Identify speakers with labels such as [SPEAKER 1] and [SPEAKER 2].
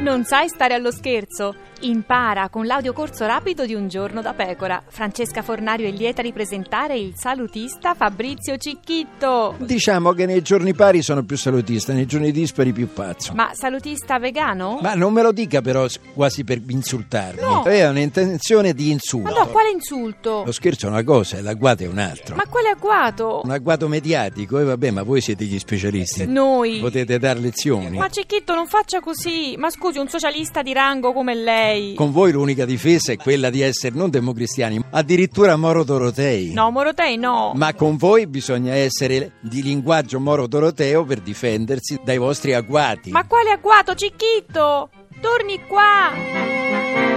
[SPEAKER 1] Non sai stare allo scherzo? Impara con l'audiocorso rapido di Un giorno da pecora. Francesca Fornario è lieta di presentare il salutista Fabrizio Cicchitto.
[SPEAKER 2] Diciamo che nei giorni pari sono più salutista, nei giorni dispari più pazzo.
[SPEAKER 1] Ma salutista vegano?
[SPEAKER 2] Ma non me lo dica però s- quasi per insultarmi.
[SPEAKER 1] No.
[SPEAKER 2] È un'intenzione di
[SPEAKER 1] Ma
[SPEAKER 2] insulto.
[SPEAKER 1] no, quale insulto?
[SPEAKER 2] Lo scherzo è una cosa e l'agguato è un altro.
[SPEAKER 1] Ma quale agguato?
[SPEAKER 2] Un agguato mediatico, e vabbè, ma voi siete gli specialisti.
[SPEAKER 1] Noi.
[SPEAKER 2] Potete dar lezioni.
[SPEAKER 1] Ma Cicchitto non faccia così. Ma scusi, un socialista di rango come lei.
[SPEAKER 2] Con voi l'unica difesa è quella di essere non democristiani, addirittura moro dorotei.
[SPEAKER 1] No, Morotei no.
[SPEAKER 2] Ma con voi bisogna essere di linguaggio moro doroteo per difendersi dai vostri agguati.
[SPEAKER 1] Ma quale agguato, Cicchitto? Torni qua!